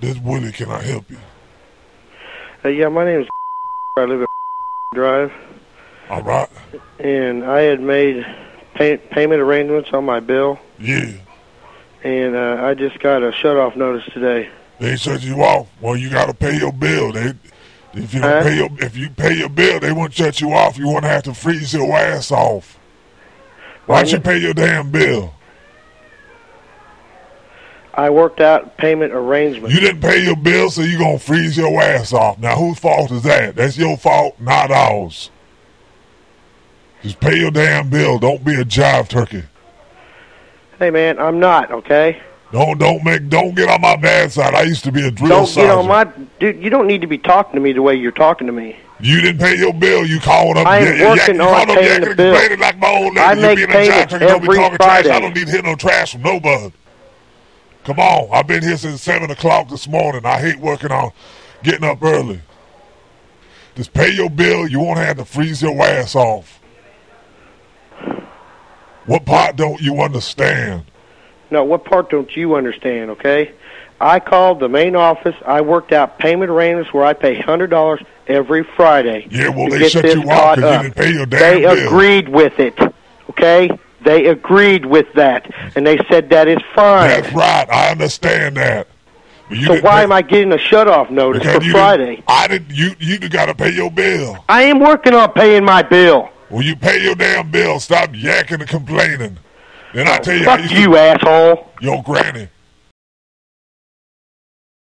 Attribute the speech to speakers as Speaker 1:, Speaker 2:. Speaker 1: This Willie, can I help you?
Speaker 2: Hey, yeah, my name's. I live at Drive,
Speaker 1: All right.
Speaker 2: and I had made pay- payment arrangements on my bill,
Speaker 1: Yeah.
Speaker 2: and uh, I just got a shut-off notice today.
Speaker 1: They shut you off. Well, you gotta pay your bill. They, if you don't
Speaker 2: Huh?
Speaker 1: pay your, if you pay your bill, they won't shut you off. You won't have to freeze your ass off. Why don't you pay your damn bill?
Speaker 2: I worked out payment arrangements.
Speaker 1: You didn't pay your bill, so you gonna freeze your ass off. Now, whose fault is that? That's your fault, not ours. Just pay your damn bill. Don't be a jive turkey.
Speaker 2: Hey, man, I'm not okay.
Speaker 1: Don't don't make don't get on my bad side. I used to be a drill
Speaker 2: Don't
Speaker 1: sergeant.
Speaker 2: get on my dude. You don't need to be talking to me the way you're talking to me.
Speaker 1: You didn't pay your bill. You called up.
Speaker 2: I am
Speaker 1: yeah, yeah,
Speaker 2: working
Speaker 1: you
Speaker 2: on
Speaker 1: called up
Speaker 2: paying
Speaker 1: yakking
Speaker 2: the
Speaker 1: and
Speaker 2: bill.
Speaker 1: complaining Like my old lady.
Speaker 2: I
Speaker 1: You
Speaker 2: make
Speaker 1: being a
Speaker 2: payments
Speaker 1: jive turkey, don't be
Speaker 2: every
Speaker 1: talking Trash. I
Speaker 2: Friday.
Speaker 1: don't need to hear no trash from nobody. Come on, I've been here since seven o'clock this morning. I hate working on getting up early. Just pay your bill. You won't have to freeze your ass off. What part don't you understand?
Speaker 2: No, what part don't you understand? Okay, I called the main office. I worked out payment arrangements where I pay hundred dollars every Friday.
Speaker 1: Yeah, well,
Speaker 2: to
Speaker 1: they
Speaker 2: get
Speaker 1: shut
Speaker 2: this
Speaker 1: you off
Speaker 2: caught
Speaker 1: 'cause you
Speaker 2: up.
Speaker 1: didn't pay your damn
Speaker 2: They
Speaker 1: bill.
Speaker 2: agreed with it. Okay, they agreed with that, and they said that is fine.
Speaker 1: That's right. I understand that. But you
Speaker 2: so
Speaker 1: didn't
Speaker 2: why
Speaker 1: pay-
Speaker 2: am I getting a shut-off notice
Speaker 1: because
Speaker 2: for
Speaker 1: you didn't-
Speaker 2: Friday?
Speaker 1: I didn't. You you got to pay your bill.
Speaker 2: I am working on paying my bill.
Speaker 1: When you pay your damn bill, stop yakking and complaining. Then I tell you, I
Speaker 2: Oh, Fuck
Speaker 1: used
Speaker 2: you, asshole.
Speaker 1: To, your granny.